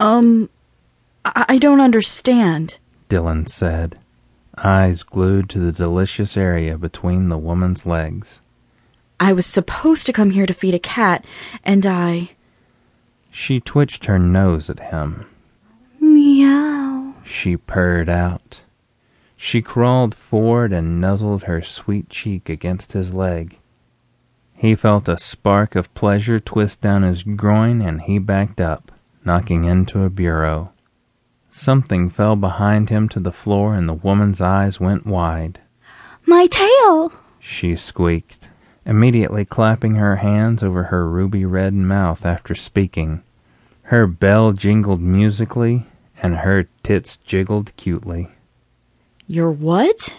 Um, I, I don't understand. Dylan said, eyes glued to the delicious area between the woman's legs. I was supposed to come here to feed a cat, and I. She twitched her nose at him. Meow. She purred out. She crawled forward and nuzzled her sweet cheek against his leg. He felt a spark of pleasure twist down his groin and he backed up, knocking into a bureau. Something fell behind him to the floor and the woman's eyes went wide. My tail! She squeaked, immediately clapping her hands over her ruby red mouth after speaking. Her bell jingled musically and her tits jiggled cutely. Your what?